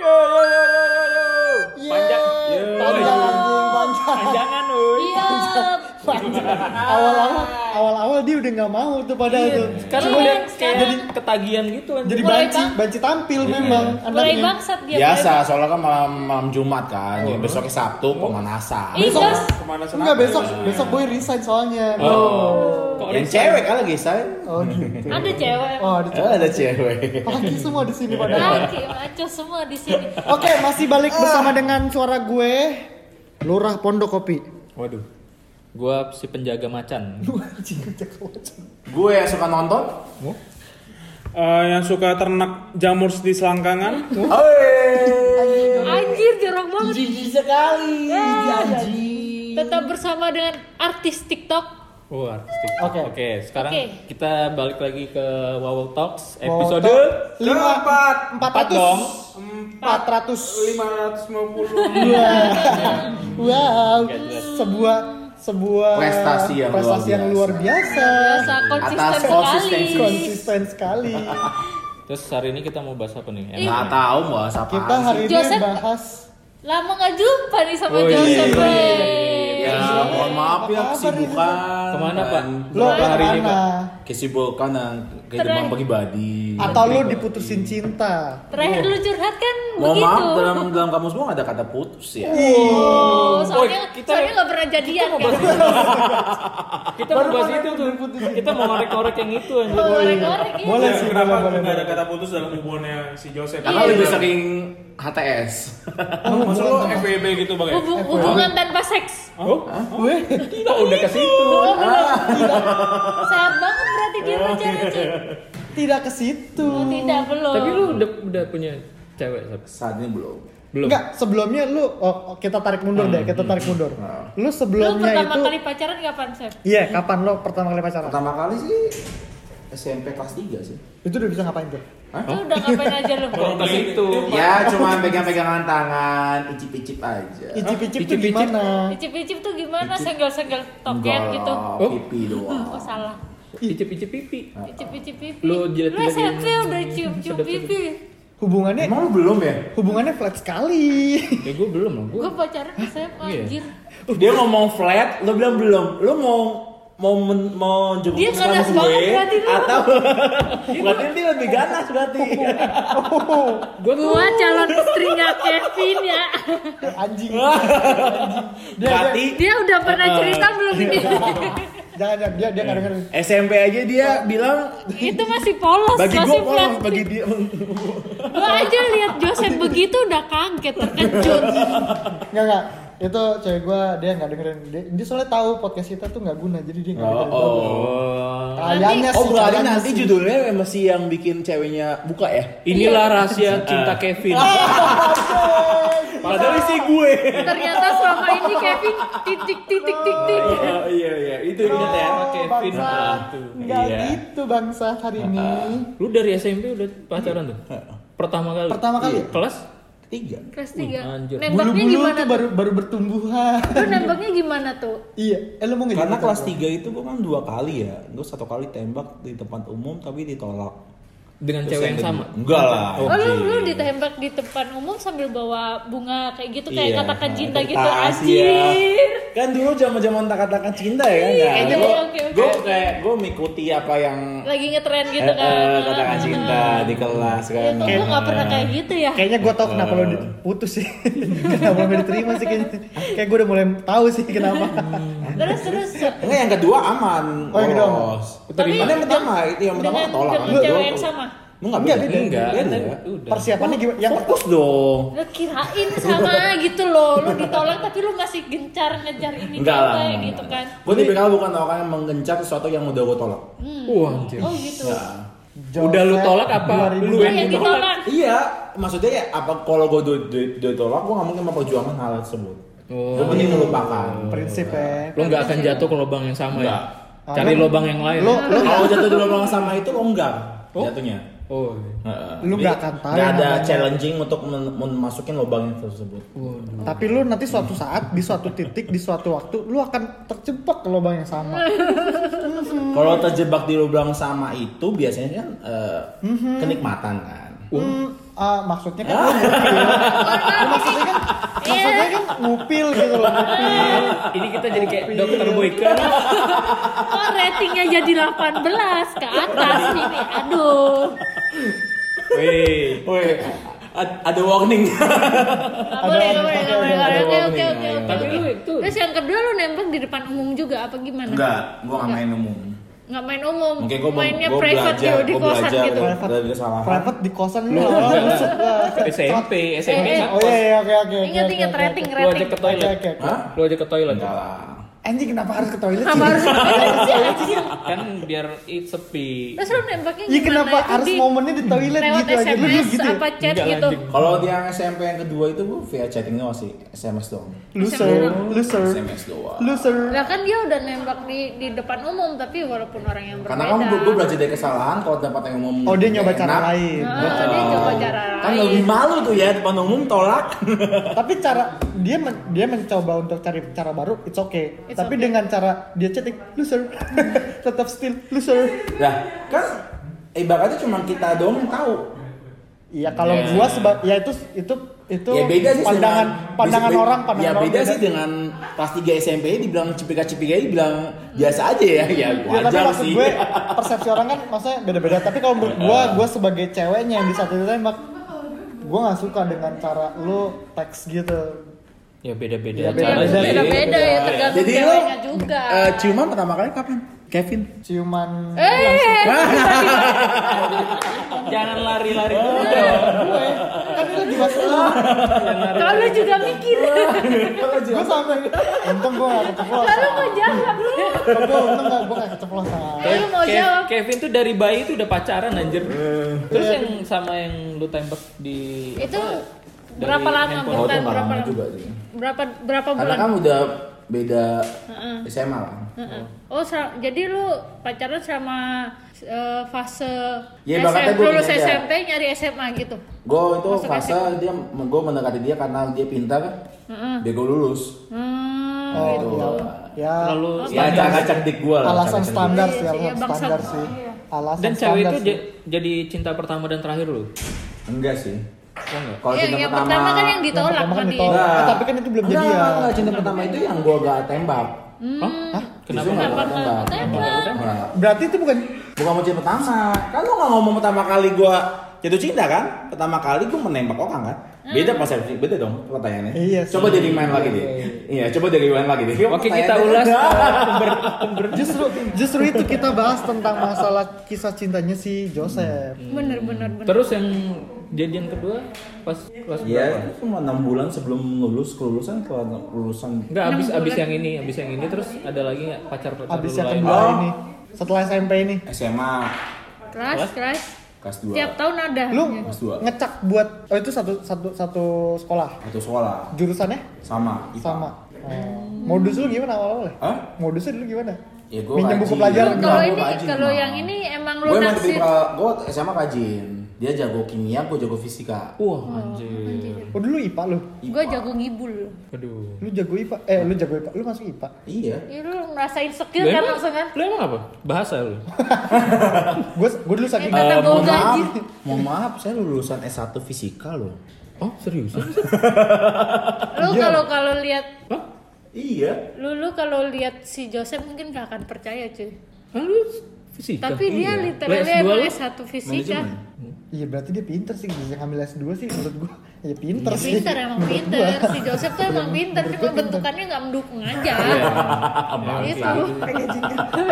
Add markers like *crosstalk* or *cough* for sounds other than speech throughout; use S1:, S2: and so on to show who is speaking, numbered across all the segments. S1: Iya.
S2: Iya.
S3: awal-awal awal-awal dia udah nggak mau tuh padahal tuh
S1: Karena
S3: Cuma
S1: udah
S3: dia
S1: kayak
S3: jadi
S1: jadi ketagihan gitu anjing.
S3: jadi
S2: Iya. Mulai
S3: banci
S2: bang-
S3: banci tampil memang
S2: mulai
S3: anaknya
S2: bangsat dia
S4: Iya,
S5: Biasa, soalnya kan malam, malam Jumat kan,
S4: Oh,
S5: ya, besoknya Sabtu pemanasan.
S2: mulai- ih
S3: Besok.
S2: terus
S1: Kemana sana?
S3: enggak besok besok boy resign soalnya
S1: Oh. Kok
S5: Yang
S1: resign?
S5: cewek kan lagi saya.
S3: oh gitu
S2: ada cewek
S3: oh ada
S5: Oh, ada cewek.
S3: laki semua di sini pada
S2: laki maco semua di sini
S3: Oke, masih balik bersama dengan suara gue Lurah Pondok Kopi.
S1: Waduh. Gua si penjaga *laughs* macan.
S5: Gue yang suka nonton.
S4: Eh, yang suka ternak jamur di selangkangan
S5: Hei.
S2: anjir jorok banget
S5: Jijik sekali.
S2: Ah,
S5: Janji.
S2: tetap bersama dengan artis TikTok
S1: Oh, artistik.
S3: Oke.
S1: Oke, sekarang
S2: Oke.
S1: kita balik lagi ke Wow Talks
S3: Wow,
S1: episode
S3: top lima
S4: Empat.
S3: empat
S1: Empat
S3: ratus
S1: dong.
S3: empat ratus
S1: Iya.
S4: 550
S3: wow sebuah sebuah
S5: Prestasi yang luar
S3: prestasi yang
S5: biasa.
S3: luar biasa
S2: biasa Ya, konsisten
S5: Atas
S2: sekali
S5: konsistensi.
S3: konsisten sekali
S1: Terus hari ini kita mau bahas apa nih? Emang
S5: Nggak tahu mau apa.
S3: kita hari ini
S2: Joseph-
S3: bahas
S2: lama nggak jumpa nih sama
S1: Oh, iya,
S2: Joseph
S1: iya, iya,
S2: Bray.
S5: Ya,
S4: Iya.
S5: mohon maaf ya
S3: Apa kabar
S5: kesibukan.
S1: Kemana, Pak?
S5: dan-
S3: lo
S1: Berapa hari ini,
S3: kemana
S5: Kesibukan dan kehidupan
S2: Terakhir.
S5: pribadi.
S3: atau lo
S5: Iya.
S3: diputusin cinta
S2: terakhir lu curhat kan
S5: Mohon
S2: begitu
S5: maaf dalam dalam kamus gua nggak ada kata putus ya.
S3: Iya.
S2: oh soalnya
S1: Woy, kita-
S2: soalnya nggak pernah jadian kan
S1: *laughs* kita mau bahas itu tuh. Kita mau ngorek-ngorek yang itu *laughs* anjir.
S2: ngorek-ngorek iya.
S3: boleh sih boleh
S4: kenapa
S3: boleh
S4: nggak ada kata putus dalam hubungannya si Joseph
S5: Karena
S2: Iya.
S5: lebih sering HTS.
S4: maksud lo FBB gitu bang ya
S2: Hubung- hubungan tanpa seks
S1: Oh,
S3: gue
S1: kita udah ke situ.
S2: Iya. sehat banget berarti dia pacaran cuy
S3: tidak ke situ
S2: Oh, tidak belum
S1: Tapi lu udah udah punya cewek Sab?
S5: Saat ini belum.
S1: belum?
S3: Enggak, sebelumnya lu oh, oh, kita tarik mundur
S5: Hmm,
S3: deh, kita tarik mundur.
S5: Nah.
S3: Lu
S2: lu
S3: sebelumnya
S2: pertama
S3: itu
S2: kali pacaran kapan Sep?
S3: Iya, kapan lo pertama kali pacaran?
S5: Pertama kali sih SMP kelas 3 sih.
S3: Itu udah bisa ngapain tuh?
S2: Lu
S5: *laughs*
S2: udah ngapain aja lu?
S1: Kok ke situ?
S5: Ya cuma pegang-pegangan tangan, icip-icip aja.
S3: Icip-icip
S1: Icip-icip.
S3: tuh gimana?
S2: Icip-icip tuh gimana? Senggol-senggol toket
S5: Enggak
S2: gitu?
S5: lah, pipi doang.
S2: Oh salah.
S1: Icip-icip pipi.
S2: Icip-icip pipi.
S1: Lu jilat
S2: Lu
S1: jilat
S2: SMP
S1: gini.
S2: udah cium-cium
S1: Sedap, sedap.
S2: pipi.
S3: Hubungannya
S5: Emang lu belum ya?
S3: hubungannya flat sekali.
S1: Ya gua belum lah. Gua
S2: Gue pacaran ke SMA
S1: Iya.
S2: anjir.
S5: Dia ngomong flat, lu bilang belum. Lu mau mau men, mau jemput
S2: Dia ganas banget berarti lu.
S5: atau
S2: Iya,
S5: berarti dia lebih ganas berarti.
S1: gua tuh
S2: Gua calon istrinya Kevin ya.
S3: *laughs* Anjing.
S5: berarti
S2: Dia udah pernah cerita belum ini?
S3: Jangan jangan dia dia enggak dengerin.
S5: SMP aja dia bilang
S2: *laughs* Itu masih polos,
S5: bagi
S2: masih
S5: gua
S2: flat.
S5: polos, bagi dia
S2: Gua aja lihat Joseph begitu udah kaget, terkejut.
S3: Enggak enggak. Itu cewek gua dia enggak dengerin. Dia, dia soalnya tahu podcast kita tuh enggak guna, jadi dia enggak
S5: Oh,
S3: dengerin.
S5: oh.
S3: Kayaknya
S5: Oh
S3: sih,
S5: berarti
S3: kayaknya
S5: nanti
S3: sih.
S5: judulnya masih yang bikin ceweknya buka ya?
S1: Inilah rahasia cinta Kevin.
S5: Padahal isi gue.
S2: Ternyata selama ini Kevin titik titik titik.
S5: Oh, iya iya itu ingat ya.
S3: Oh,
S1: Kevin.
S3: bangsa.
S1: Ah,
S3: Enggak
S5: Iya.
S3: gitu bangsa hari ini.
S1: Lu dari SMP udah pacaran tuh? Pertama kali. Iya.
S3: Pertama kali.
S1: Kelas?
S5: Tiga.
S2: Kelas tiga.
S1: anjir.
S2: Nembaknya
S3: Bulu-bulu
S2: gimana
S3: tuh
S2: tuh?
S3: baru baru bertumbuhan. *laughs*
S2: Lu nembaknya gimana tuh?
S3: iya, eh lu mau nggak
S6: Karena
S3: jadi
S6: kelas
S3: pacar
S6: 3 itu gue kan dua kali ya. Gue satu kali tembak di tempat umum tapi ditolak.
S1: Dengan
S6: Terus
S1: cewek yang
S6: kedua-
S1: sama.
S6: Enggak lah.
S2: Oh, lu, lu ditembak di tempat umum sambil bawa bunga kayak gitu kayak
S6: Iya,
S2: katakan cinta
S6: kertas,
S2: gitu
S6: iya.
S2: anjir.
S5: Kan dulu zaman-zaman kata-kata cinta ya kan.
S2: Iya,
S5: Nah,
S2: iya,
S5: gua-
S2: oke, oke.
S5: Gue kayak gue mengikuti apa yang
S2: Lagi ngetren
S5: eh,
S2: gitu kan.
S5: eh, kata-kata cinta di kelas
S2: Ya
S5: kan.
S2: kok lu gak pernah kayak gitu ya?
S3: Kayaknya gue tau kenapa lo di- putus sih. *laughs* kenapa lo diterima sih kayaknya. Kayak gue udah mulai tahu sih kenapa.
S1: Hmm,
S2: Terus terus
S6: Enggak yang kedua aman.
S3: Oh, yang kedua aman.
S6: bolos.
S2: Tapi
S6: Karena yang pertama itu yang pertama
S2: dengan
S6: tolak.
S2: dengan cewek yang sama.
S6: Enggak iya.
S3: Enggak,
S6: beda.
S3: beda.
S1: Enggak, kan
S6: Beda.
S1: tadi udah.
S3: Persiapannya gimana? Yang
S5: Fokus dong.
S2: Lu kirain sama gitu loh, lu ditolak tapi lu masih gencar ngejar ini
S5: Enggak lah.
S2: cewek gitu kan.
S5: Gue tipikal bukan orang yang menggencar sesuatu yang udah gue tolak.
S1: Hmm. Wah, anjir.
S2: Oh gitu.
S1: Udah lu tolak apa? Lu eh?
S2: Lu
S1: yang
S2: yang
S1: ditolak.
S2: ditolak.
S5: Iya, maksudnya ya apa kalau gue udah udah- udah tolak, gue nggak mungkin memperjuangkan hal tersebut. Gue penting melupakan.
S3: prinsip ya.
S1: Oh. Lu nggak akan jatuh ke lubang yang sama ya?
S3: Enggak.
S1: Cari
S3: Ah, lu-
S1: lubang yang lain.
S3: Lo
S1: ya?
S3: lo
S5: Kalau jatuh di lubang yang sama itu longgar
S1: Oh.
S5: jatuhnya.
S1: Oh.
S5: Heeh.
S3: Lu
S5: Jadi,
S3: nggak akan tahu
S5: nggak ada
S3: namanya.
S5: challenging untuk men- memasukin lubang itu tersebut.
S3: tapi lu nanti suatu saat di suatu titik di suatu waktu lu akan terjebak ke lubang yang
S1: *laughs*
S3: sama.
S5: Kalau terjebak di lubang sama itu biasanya kan eh, kenikmatan kan.
S3: Hmm, ah, maksudnya kan lu ngupil. Ya, maksudnya kan maksudnya kan ngupil gitu loh, ngupil.
S1: iya. Ini kita jadi kayak dokter Boyka.
S2: Oh ratingnya jadi 18 ke atas ini. Aduh.
S4: Wih.
S6: Woi, a- ada warning.
S2: Gak boleh,
S3: Ada-
S2: gak boleh,
S3: ada-
S2: gak
S3: ada-
S2: boleh. Oke,
S3: ada
S2: oke,
S5: warning,
S2: oke, oke.
S5: ada- ada-
S2: oke.
S1: Tapi lu itu.
S2: Terus yang kedua lu nembak di depan umum juga apa gimana?
S5: Enggak, gua nggak main umum.
S2: Nggak main umum.
S5: Mungkin gua mau-
S2: Mainnya
S5: gua
S2: private
S5: belajar,
S2: di, di
S5: gua
S2: kosan
S5: belajar
S2: gitu.
S5: dari-
S3: Private.
S5: dari kesalahan.
S3: Private di kosan lu. awal masuk lah.
S1: SMP, SMP.
S2: Eh, eh.
S3: Oh iya iya oke oke. oke,
S2: Ingat
S3: oke,
S2: ingat
S3: oke,
S2: rating,
S3: oke.
S1: Lu aja ke
S2: rating.
S3: Oke
S1: toilet.
S3: oke. oke.
S5: Hah?
S1: Lu aja ke toilet.
S5: Enggak lah.
S3: Anjing kenapa harus ke toilet sih?
S2: Kenapa harus sih anjing?
S1: Kan biar it sepi.
S2: Terus lu nembaknya
S3: Iya
S2: gimana?
S3: kenapa
S2: Itu
S3: harus
S2: di-
S3: momennya di toilet
S2: lewat
S3: gitu aja lu
S2: SMS
S3: gitu. ya?
S2: apa chat
S1: Enggak,
S2: gitu?
S1: anjing.
S5: Kalau yang SMP yang kedua itu gua via chatting doang sih, SMS doang.
S3: *laughs* Loser, loser,
S5: SMS doang.
S3: loser.
S2: Lah kan dia udah nembak di di depan umum tapi walaupun orang yang berbeda.
S5: Karena kamu gue, gue belajar dari kesalahan kalau tempat yang umum.
S3: Oh dia nyoba
S5: enak,
S3: cara lain.
S2: Ah, dia coba cara
S5: Kan lebih
S2: lain.
S5: malu tuh ya depan umum
S2: *laughs*
S5: tolak.
S3: Tapi cara dia men- dia mencoba untuk cari cara baru, it's okay.
S2: It's
S3: Tapi
S2: okay.
S3: dengan cara dia chatting, loser,
S2: *laughs*
S3: tetap still loser.
S5: Nah, kan ibaratnya cuma kita doang yang tahu.
S3: Iya kalau gua seba ya itu itu itu
S5: ya beda sih
S3: pandangan
S5: dengan-
S3: pandangan
S5: beda-
S3: orang pandangan
S5: ya
S3: orang
S5: beda, sih dengan kelas 3 SMP dibilang cipika-cipika dibilang biasa aja ya ya
S3: Ya, tapi
S5: wajar
S3: maksud
S5: sih Iya.
S3: gue
S5: *laughs*
S3: persepsi orang kan maksudnya beda-beda tapi kalau menurut gue gue sebagai ceweknya yang di saat itu tembak gue nggak suka dengan cara lu teks gitu
S1: Ya beda-beda.
S3: Ya,
S2: Ya,
S1: cara
S3: beda-beda
S1: sih.
S3: sih.
S2: Beda-beda ya tergantung
S5: Jadi lu,
S2: ceweknya juga.
S5: Eh, ciuman pertama kali kapan Kevin
S3: ciuman
S2: Eh,
S1: Jangan lari-lari.
S3: gue kan itu lagi masalah
S2: *laughs* kalau juga
S3: *laughs*
S2: mikir,
S3: gue sampai untung gue gak
S2: kalau
S3: keceplosan
S2: mau jawab lu.
S3: gue untung gak gue gak keceplosan
S2: Lu mau
S1: Kev-
S2: jawab.
S1: Kevin tuh dari bayi tuh udah pacaran anjir.
S3: Eh.
S1: Terus yang sama yang lu tembak di
S2: Itu
S1: apa, dari
S2: berapa lama?
S1: handphone?
S5: oh
S2: Bentar,
S5: itu nggak
S2: berapa
S5: lama
S2: lama?
S5: juga sih
S2: Berapa berapa
S5: karena
S2: Oh, bulan?
S5: kan udah beda SMA lah
S2: Heeh. Oh, sel- jadi lu pacaran sama eh, fase
S5: Ya,
S2: SM,
S5: bakatnya gua
S2: lulus
S5: gini aja.
S2: SMP nyari SMA gitu.
S5: gue itu
S2: Masuk
S5: fase dia gue mendekati dia karena dia pintar bego lulus
S2: Hmm,
S3: oh
S2: gitu. Oh,
S3: iya ya
S1: Lalu
S5: ya agak cantik gue lah
S3: alasan
S5: acak-acak
S3: standar
S2: Iya,
S3: sih
S2: iya,
S3: alasan
S2: bangsat.
S3: standar sih alasan
S1: dan cewek
S3: standar
S1: itu
S3: sih.
S1: ja- jadi cinta pertama dan terakhir lu.
S5: dikit. enggak sih
S1: enggak?
S5: kalau
S2: Iya,
S5: cinta Nah,
S2: yang pertama kan yang
S3: Yang
S2: ditolak
S3: pertama kan
S2: tadi.
S3: ditolak. Eh, tapi kan itu belum
S5: Enggak,
S3: jadian.
S5: enggak, enggak. cinta pertama itu yang gue gak tembak
S1: Hah? Kenapa?
S5: Justru nggak
S1: nggak?
S5: gua tembak
S2: Hmm.
S5: Nah,
S2: Tembak.
S5: Nggak.
S3: berarti itu bukan
S5: Bukan mau cinta pertama. Kan lu gak ngomong pertama kali gua jatuh cinta kan? Pertama kali gua menembak orang kan? Beda
S2: Hmm.
S5: persepsi, beda dong pertanyaannya.
S3: Iya sih.
S5: coba jadi main lagi deh. Iya, coba jadi main lagi deh.
S1: Oke kita ulas
S2: eh,
S1: pember- pember-
S3: justru justru itu kita bahas tentang masalah kisah cintanya si Joseph
S1: Hmm.
S2: Bener bener bener.
S1: Terus yang jadian kedua pas kelas
S5: Iya,
S1: berapa?
S5: itu cuma 6 bulan sebelum lulus, kelulusan ke lulusan
S1: Enggak abis abis yang ini, abis yang ini terus ada lagi nggak pacar pacar
S3: abis
S1: lu
S3: yang
S1: lain?
S3: kedua
S5: Oh.
S3: ini setelah SMP ini
S5: SMA
S2: Keras keras.
S5: kelas 2.
S2: Tiap tahun ada.
S3: lu
S5: Kelas dua.
S3: ngecak buat oh itu satu satu satu sekolah
S5: Satu sekolah
S3: jurusannya
S1: Hmm.
S5: sama IPA.
S3: sama Oh. modus lu gimana awal-awal ya?
S5: Hah?
S3: modusnya dulu gimana
S5: Ya gua
S3: minjem buku
S5: rajin.
S3: pelajaran kan?
S5: Lu
S2: Kalau
S5: Enggak,
S2: ini
S5: gua rajin,
S2: kalau
S5: Ma.
S2: yang ini emang
S5: Gue
S2: lu
S5: emang
S2: naksir.
S5: tipikal, gue SMA rajin. Dia jago kimia, gue jago fisika.
S1: Wah anjir.
S3: oh dulu IPA lu
S2: Gue jago ngibul.
S1: Aduh.
S3: lu jago IPA eh lu jago IPA lu masuk IPA
S5: Iya.
S2: Ya lu ngerasain skill
S1: Lu
S3: Iya.
S2: kan
S1: emang,
S2: langsung kan?
S1: lu emang apa? Bahasa lu.
S3: gue gue dulu saking
S2: Eh, Kata
S5: Eh,
S2: bau
S5: mohon maaf,
S2: gaji.
S5: mohon maaf, saya lulusan S1 fisika loh.
S1: Oh
S2: *laughs*
S1: serius?
S2: Lu kalau kalau lihat
S5: Iya.
S2: lu lu kalau lihat si Joseph mungkin gak akan percaya cuy.
S1: Kan lu fisika.
S2: Tapi dia literally
S1: Iya. Lu S2
S2: emang
S1: lu?
S2: S1 fisika.
S3: iya berarti dia pinter sih bisa ngambil S2 sih menurut gue ya pinter sih
S2: Pinter emang
S3: Menurut
S2: pinter. Si Joseph tuh emang pinter, cuma bentukannya nggak mendukung aja. Gitu.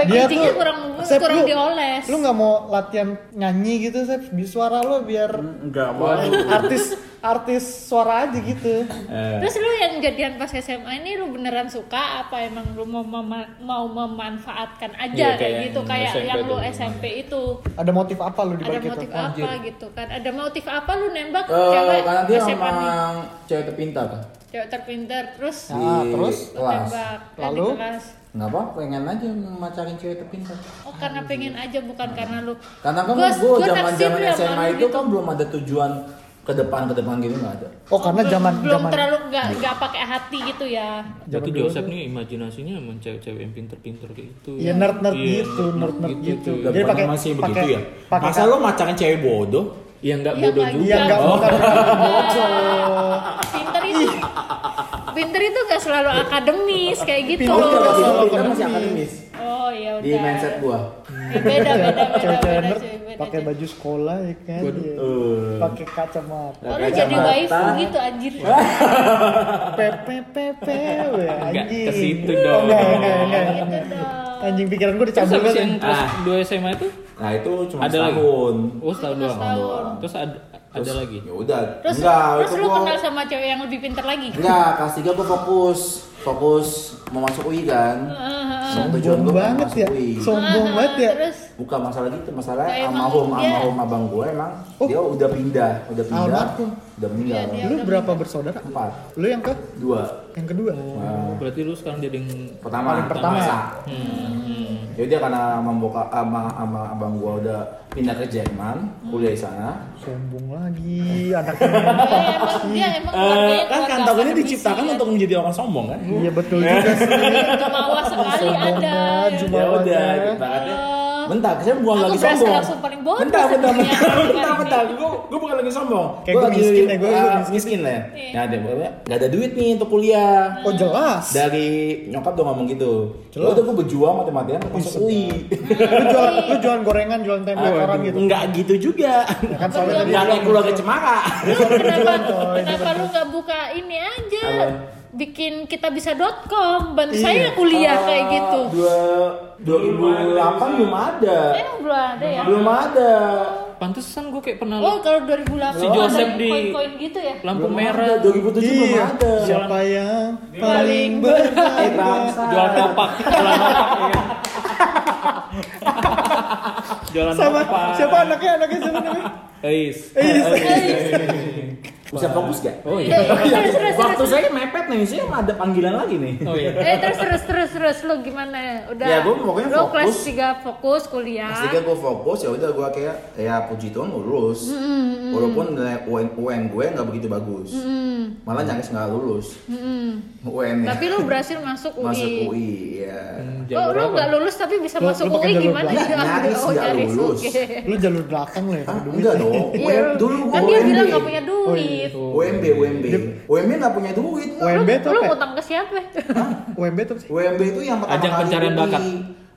S2: Packagingnya kurang
S3: Sep, lu-
S2: kurang dioles.
S3: lu nggak mau latihan nyanyi gitu Sep Bi- suara lu biar
S5: Enggak mau.
S3: artis artis suara aja gitu
S2: Terus lu yang jadian pas SMA ini lu beneran suka apa emang lu mau mema- mau memanfaatkan
S1: Iya, kayak
S2: aja kayak gitu
S1: yang
S2: kayak
S1: SMP
S2: yang lu
S1: dulu.
S2: SMP itu
S3: ada motif apa lu di
S2: ada
S3: balik itu
S2: motif apa gitu kan ada motif apa lu nembak cewek
S5: Eh, karena dia
S2: SMA nih
S5: memang cewek terpintar kan.
S2: cewek terpintar terus
S5: Di
S3: Ah, terus?
S2: lu
S5: kelas.
S2: tembak kan di
S3: Lalu?
S2: kelas.
S5: Nggak apa, pengen aja macarin cewek terpintar.
S2: oh karena pengen aja bukan karena lu
S5: Hmm. Karena kan
S2: Gua-
S5: gue
S2: gua
S5: zaman zaman
S2: naksir ya sama
S5: SMA
S2: lu
S5: itu
S2: gitu.
S5: kan belum ada tujuan ke depan ke depan gitu nggak ada.
S3: oh karena
S2: belum-
S3: zaman
S2: belum
S3: zaman
S2: terlalu nggak nggak pakai hati gitu ya
S1: Berarti Joseph nih imajinasinya emang cewek-cewek yang pinter-pinter kayak gitu.
S3: ya nerd nerd
S1: Iya,
S3: gitu nerd nerd gitu
S5: Udah
S3: jadi
S5: pakai
S3: pakai
S5: masih
S3: pakai
S5: begitu ya.
S3: pakai
S5: Masa lo macarin cewek bodoh?
S1: Iya nggak
S2: Iya,
S1: bodoh
S2: nggak
S1: juga.
S3: Iya
S5: Oh.
S3: nggak
S1: Bang.
S3: bukan
S2: *laughs* Pinter itu Pinter itu gak selalu akademis kayak gitu.
S3: Pinter nggak
S5: Kalau
S3: selalu
S5: kita masih
S3: akademis.
S5: akademis
S2: Oh iya udah.
S5: di mindset gua.
S2: Eh, beda beda beda
S3: Cewek-cewek
S2: beda
S3: nerd
S2: cuy, beda,
S3: pakai
S2: cuy.
S3: baju sekolah ya kan. iya.
S5: Eh,
S3: Pakai kacamata.
S2: Oh, lu jadi waifu gitu anjir.
S3: PPPP weh,
S1: Nggak
S3: ya, anjing.
S1: ke situ dong.
S3: Enggak, enggak, enggak,
S2: Gitu
S3: enggak.
S2: dong.
S3: Anjing pikiran gue
S1: Terus
S3: dicabut
S1: habis yang
S3: banget.
S1: kelas
S5: Ah.
S1: 2 SMA itu?
S5: Nah itu cuma
S1: Ada lagi?
S5: setahun.
S1: Oh, setahun
S2: Cuma
S1: doang.
S2: setahun.
S1: Terus ada, ada lagi.
S5: Ya udah.
S2: Terus
S5: enggak,
S2: terus
S5: itu
S2: lu
S5: gua
S2: kenal sama cewek yang lebih pinter lagi.
S5: enggak kelas 3 gua fokus, fokus mau masuk UI kan. Sama tujuan
S3: Sombong
S5: gua pengen
S3: banget
S5: masuk
S3: ya.
S5: UI.
S3: Sombong banget ya.
S2: Ah, Terus
S5: Bukan masalah gitu, masalah
S2: Kayak
S5: almarhum,
S2: emang iya. dia-
S5: almarhum abang gua emang
S3: Oh.
S5: dia udah pindah, udah pindah,
S3: Almarhum.
S5: udah meninggal.
S2: Iya, dia-
S3: Lu berapa bersaudara?
S5: Empat,
S3: Lu yang ke
S5: dua,
S3: yang kedua.
S5: Nah,
S1: Berarti lu sekarang jadi yang
S5: pertama,
S3: Paling pertama ya?
S5: Masa.
S2: Hmm.
S5: Ya udah karena membuka ama ama abang gua udah pindah ke Jerman,
S2: Hmm.
S5: kuliah di sana.
S3: Sombong lagi anaknya.
S2: dia Iya, emang dia emang keluarganya
S5: Eh,
S6: kan
S2: keluarga
S6: kantong ini
S2: akademisi,
S6: diciptakan
S2: kan.
S6: untuk menjadi orang sombong kan?
S2: Ya
S3: Iya betul juga sih.
S2: jumawa sekali
S3: Sombong
S2: ada.
S3: banget,
S6: Ya
S3: jumawa
S6: udah,
S3: ada.
S6: kita ada.
S2: Eh,
S5: Bentar, saya bukan
S2: Aku
S5: lagi
S2: berasa
S5: sombong.
S2: langsung paling bodoh
S5: Bentar, bentar,
S2: sebenarnya. Iya.
S5: bentar, bentar, bentar. Gue gue bukan lagi sombong.
S3: Kayak
S5: Gua
S3: gua
S5: lagi,
S3: miskin ya, gua-
S5: ah,
S3: gua
S5: miskin lah.
S2: Iya.
S5: Nah, ada gak ada duit nih untuk kuliah.
S3: Oh jelas.
S5: Dari nyokap tuh ngomong gitu.
S3: Jelas.
S5: Udah gue berjuang mati-matian masuk UI.
S3: Lu jual lu jualan gorengan, jualan tempe
S5: Nah,
S3: orang gitu.
S6: Enggak gitu juga.
S3: Ya kan soalnya tadi
S6: Enggak kayak keluarga cemara.
S2: Lu Eh,
S5: *laughs*
S2: kenapa
S3: coy,
S2: kenapa lu nggak buka ini aja? Bikin kita bisa.com bantu
S5: Iya.
S2: saya kuliah kayak
S5: Oh.
S2: gitu.
S5: Dua dua ribu delapan belum ada.
S2: Emang belum ada ya?
S5: Belum ada.
S1: pantesan gue kayak pernah
S2: Oh, kalau 2008
S1: Si Joseph
S2: ada
S1: di-
S2: koin-koin gitu ya?
S1: lampu
S5: Belum
S1: merah.
S5: Ada. 2007 belum
S3: Iya.
S5: ada.
S3: Siapa yang paling berharga?
S1: Jualan kapak, jualan kapak ya. kan? Jualan
S3: Sama
S1: kapak.
S3: siapa anaknya? Anaknya siapa *laughs* namanya?
S1: Eis.
S5: Iya,
S2: *laughs*
S5: Bisa fokus gak?
S1: Oh iya.
S2: terus terus
S6: Waktu
S2: terus.
S6: saya mepet nih, saya ada panggilan lagi nih.
S1: Oh iya.
S2: Eh terus terus terus terus lu gimana? Udah.
S5: Ya, gua pokoknya
S2: lu kelas
S5: fokus.
S2: 3 fokus kuliah.
S5: Pas tiga gue fokus ya udah gue kayak ya puji Tuhan gue lulus walaupun nilai UN UN gue nggak begitu bagus malah nyaris nggak lulus UN -nya.
S2: Tapi lu berhasil masuk UI.
S5: masuk UI ya
S2: Oh, lu nggak lulus tapi bisa
S3: Lu-
S2: masuk
S3: lu pakai
S2: UI
S3: jalur
S2: gimana?
S3: belakang.
S5: Nyaris
S2: *laughs* Oh,
S5: nggak
S2: nyaris,
S5: lulus.
S2: oke.
S3: Eh, Lu jalur belakang lah ya
S5: Ah,
S3: kalau duit.
S5: enggak dong
S2: *laughs* Iya,
S5: UN
S2: lu-
S5: dulu
S2: kan
S5: gua Oh,
S2: dia
S5: UMB.
S2: bilang nggak punya
S5: iya,
S2: duit.
S5: UMB UMB UMB nggak punya duit nggak.
S3: UMB
S2: Lu,
S3: tuh
S2: lu
S3: apa? ya?
S2: ngutang ke siapa?
S3: UMB tuh apa sih?
S5: UMB itu yang pertama
S1: Ajang
S5: kali
S1: pencarian
S5: UI.
S1: bakat.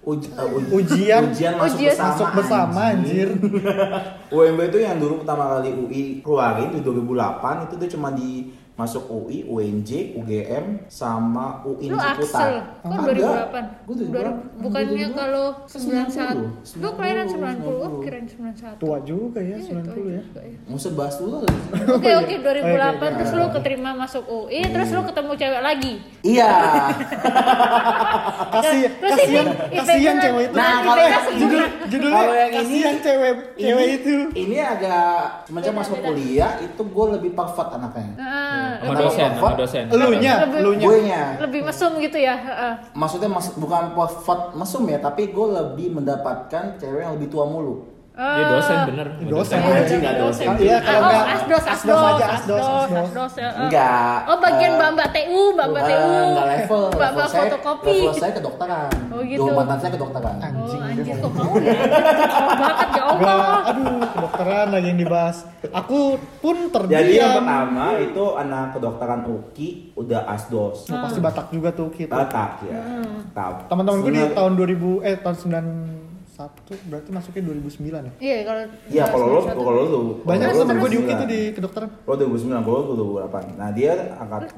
S5: Uj- uh, uj-
S3: Ujian.
S5: ujian masuk
S2: Ujian.
S5: bersama,
S3: Masuk bersama anjir.
S5: UMB itu yang dulu pertama kali UI keluarin di 2008 itu dia cuma di masuk UI, UNJ, UGM sama UIN
S2: Lu
S5: Ciputat.
S2: Axel. Kok 2008?
S5: Ada. Gua
S2: Dua-
S5: 2008.
S2: Bukannya kalau 91.
S5: 90.
S2: Lu kelahiran 90, oh, kirain 91.
S3: Tua juga
S2: Iya,
S3: ya, 90 ya. *laughs*
S5: Nggak usah bahas dulu lah.
S2: Oke oke 2008 terus lu keterima masuk
S3: Iya.
S2: UI terus lu ketemu cewek lagi.
S5: Iya.
S3: Kasih
S2: Terus ini
S3: kasihan
S2: IPK
S3: kasihan
S2: kan-
S3: cewek itu.
S2: Nah,
S3: Eh,
S2: IPK
S3: judul
S2: sejuta.
S3: judulnya
S5: Kalau yang ini-
S3: kasihan cewek *laughs* cewek itu.
S5: Ini agak macam masuk kuliah itu gue lebih perfect anaknya.
S3: Iya.
S2: Nah,
S1: Sama
S5: Lu-
S1: dosen, sama
S5: Lu-
S1: dosen.
S3: Elunya,
S2: Lebih-
S3: elunya.
S5: Gue nya
S2: lebih mesum gitu ya. heeh.
S5: maksudnya mas- bukan perfect mesum ya, tapi gue lebih mendapatkan cewek yang lebih tua mulu.
S2: Oh,
S1: Eh, Dia dosen bener.
S3: Dosen.
S5: Iya, Anjing nggak dosen.
S3: Iya,
S2: Ah,
S3: kalau
S2: oh,
S3: enggak
S2: asdos, asdos,
S3: asdos aja, asdos,
S2: asdos,
S3: asdos.
S2: asdos, ya, eh.
S5: Enggak.
S2: Oh, bagian
S5: Eh,
S2: mbak-mbak TU, mbak-mbak TU.
S5: Enggak enggak Eh, level.
S2: Mbak-mbak
S5: Level
S2: uh,
S5: saya-
S2: fotokopi.
S5: Level saya kedokteran.
S2: Oh, gitu.
S5: Kehormatan saya kedokteran.
S2: Oh,
S3: Anjing.
S2: anjir kok mau ya? Kalau banget ya
S3: Gua,
S2: Allah.
S3: aduh, kedokteran lagi yang dibahas. Aku pun terdiam.
S5: Jadi yang pertama itu anak kedokteran Uki udah asdos.
S3: Nah, pasti Batak juga tuh kita.
S5: Batak ya.
S2: Hmm.
S5: Tahu.
S3: Teman-temanku di
S5: Sebenarnya-
S3: tahun 2000 eh tahun 91 berarti masuknya 2009 ya.
S2: Iya, kalau
S5: Iya, kalau lo kalau lo
S6: Oh,
S3: Banyak
S5: kalau lo
S3: teman gue di UKI
S5: 2009.
S3: tuh di kedokteran.
S5: Lo 2009, kalau lo 2008. Nah, dia angkat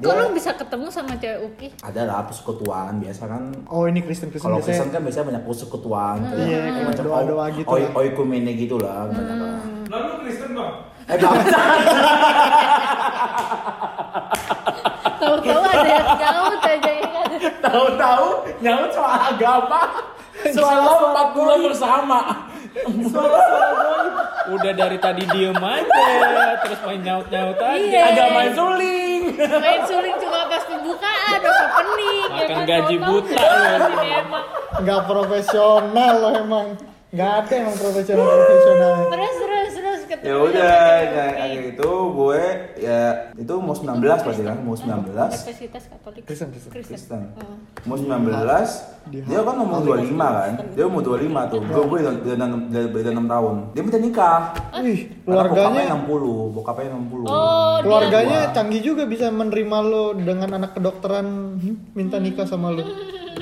S2: Kok
S5: dia
S2: lu bisa ketemu sama cewek Uki?
S5: ada lah persekutuaan biasa kan
S3: Oh, ini Kristen Kristen
S5: kalau
S3: biasanya.
S5: Kristen kan biasanya banyak persekutuaan kayak-
S3: Iya,
S5: kayak
S3: kayak
S5: macam
S3: doa-doa
S5: oi-
S3: gitu
S5: oi-
S3: lah.
S5: oikumene gitu lah
S2: Hmm.
S5: banyak lah.
S4: Lalu Kristen bang?
S5: Eh, bang. *laughs*
S2: Tahu-tahu ada yang nyaut aja ya kan?
S6: Tahu-tahu nyaut soal
S3: *laughs*
S6: agama. Soal 4 bulan bersama.
S1: Udah dari tadi diem aja, terus main nyaut-nyaut aja.
S2: Iya.
S6: Agama suling.
S2: Main suling cuma pas pembukaan, pas opening. ya
S1: Makan
S2: kan?
S1: gaji
S2: Tahu-tahu
S1: buta
S2: udah
S1: lu.
S2: ini emang.
S3: Enggak profesional lo emang. Enggak ada emang profesional profesional.
S2: Terus terus terus ket-
S5: ya udah
S2: iya.
S5: nah, akhir
S6: gitu,
S5: itu gue ya itu mau 19 pasti kan
S2: Hmm.
S5: mau 19
S2: Universitas Katolik.
S3: Kristen, Kristen.
S5: Kristen.
S2: Hmm.
S5: Mau 19, dia kan umur 25 kan? Dia umur 25 tuh. Gue gue beda 6 tahun. Dia minta nikah.
S3: Wih,
S5: Karena
S3: keluarganya
S5: Bokapnya 60, bokapnya 60.
S2: Oh,
S3: keluarganya canggih juga bisa menerima lo dengan anak kedokteran hmm, minta nikah sama lo.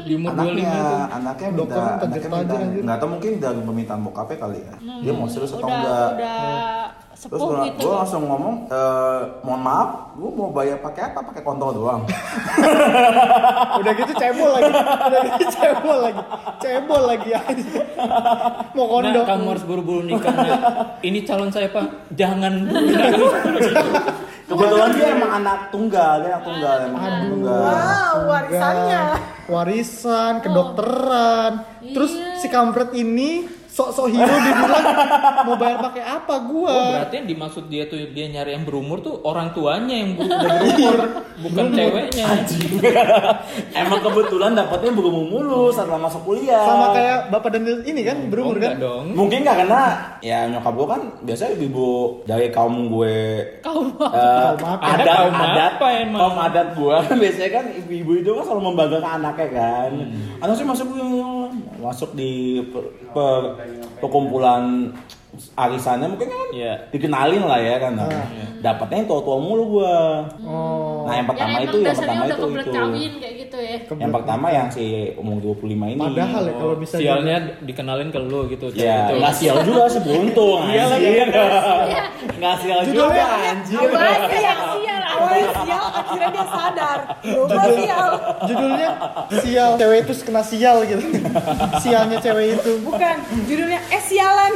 S1: di umur 25
S5: Anaknya,
S1: tuh
S5: anaknya minta,
S3: Dokternya tajir-tajir
S5: anaknya minta,
S3: anjir.
S5: nggak tahu mungkin dari permintaan bokapnya kali ya. Dia mau serius atau
S2: Hmm. udah
S5: enggak?
S2: udah
S5: Terus
S2: sepuh
S5: gue,
S2: gitu.
S5: gue langsung ngomong, eh, mohon maaf, gue mau bayar pakai apa? Pakai kontol doang.
S3: Udah gitu cebol lagi. Udah gitu cebol lagi. Cebol lagi aja. Mau
S1: Nah,
S3: kondok.
S1: kamu harus buru-buru nikah. Nak. Ini calon saya, Pak. Jangan dulu.
S6: *laughs* Kebetulan dia emang anak tunggal, dia anak tunggal, emang anak tunggal.
S7: Wow, warisannya.
S3: Warisan, kedokteran. Terus si kampret ini sok-sok hero dibilang mau bayar pakai apa gua?
S1: Oh, berarti yang dimaksud dia tuh dia nyari yang berumur tuh orang tuanya yang ber- berumur, bukan ceweknya.
S6: *laughs* Emang kebetulan dapatnya belum mulu setelah masuk kuliah.
S3: Sama kayak Bapak Daniel ini kan
S1: Oh,
S3: berumur
S1: enggak
S3: kan?
S1: dong.
S6: Mungkin nggak karena ya nyokap gue kan biasanya ibu dari kaum gue
S2: Kaum
S6: eh,
S3: apa?
S6: adat
S1: Kaum
S6: adat
S1: apa emang?
S6: kaum adat gue *laughs* biasanya kan ibu-ibu itu kan selalu membanggakan anaknya kan
S5: Hmm.
S6: anak sih masuk masuk di per- per- perkumpulan arisannya mungkin kan
S1: Iya.
S6: dikenalin lah ya kan
S3: Ah.
S6: dapatnya yang tua-tua mulu gue
S3: Oh.
S6: nah yang
S2: Ya
S6: pertama
S2: emang
S6: itu yang
S2: dasarnya
S6: pertama
S2: udah
S6: itu
S2: kebelet
S6: itu
S2: kawin kayak gitu ya.
S6: yang pertama yang si umur 25 ini
S3: Padahal ya kalau bisa
S1: Sialnya dikenalin ke lu gitu.
S6: Ya,
S1: gitu.
S6: nggak sial juga sih beruntung Iya lagi *laughs* Nggak sial juga anjir
S7: Gue sial,
S2: sial.
S7: Awalnya sial, akhirnya dia sadar. Gue sial.
S3: judulnya sial cewek itu kena sial gitu. Sialnya cewek itu.
S7: Bukan, judulnya eh sialan.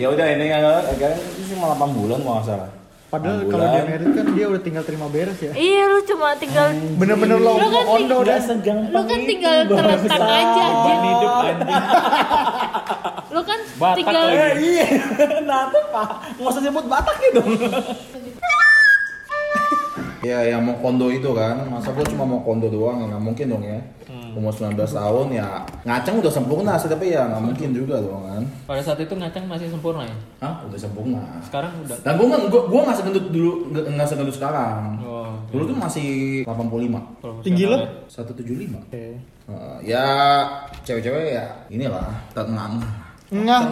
S6: Ya udah ini kan kan itu cuma 8 bulan kalau nggak salah
S3: Padahal
S6: Enam
S3: kalau dia
S6: bulan.
S3: merit kan dia udah tinggal terima beres ya.
S2: Iya lu cuma tinggal
S3: Bener-bener lo
S2: Lu kan
S3: kondo
S6: Udah
S3: udah.
S5: Hmm.
S2: lu
S6: segampang
S2: kan tinggal terletak aja.
S1: Beban
S2: Jin.
S1: hidup kan. anjing.
S2: Lu kan
S1: Batak
S2: tinggal
S1: lagi.
S6: Iya, nah tuh pak, nggak usah nyebut Batak ya dong.
S5: Ya yang mau kondo itu kan, masa gue cuma mau kondo doang, nggak mungkin dong ya. Umur 19 tahun ya ngaceng udah sempurna sih tapi ya nggak mungkin juga dong kan.
S1: Pada saat itu ngacang masih sempurna ya.
S5: Hah? Udah sempurna.
S1: Sekarang udah.
S5: Nah gue nggak gue gue nggak segendut dulu nggak- nggak segendut sekarang.
S1: Oh,
S5: Dulu tuh masih 85,
S1: profesional
S3: Tinggi lo?
S1: ya.
S5: 175. Eh, ya cewek-cewek ya inilah tenang.
S3: Ngah.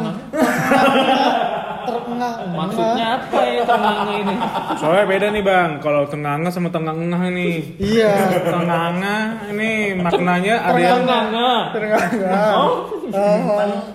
S3: Terengah.
S1: Maksudnya apa ya tengahnya ini?
S4: Soalnya beda nih bang, kalau tenganga sama tengangah nih. *laughs*
S3: Iya.
S4: Tenganga ini maknanya ada yang
S1: Tengah.
S3: Terengah.
S1: Oh.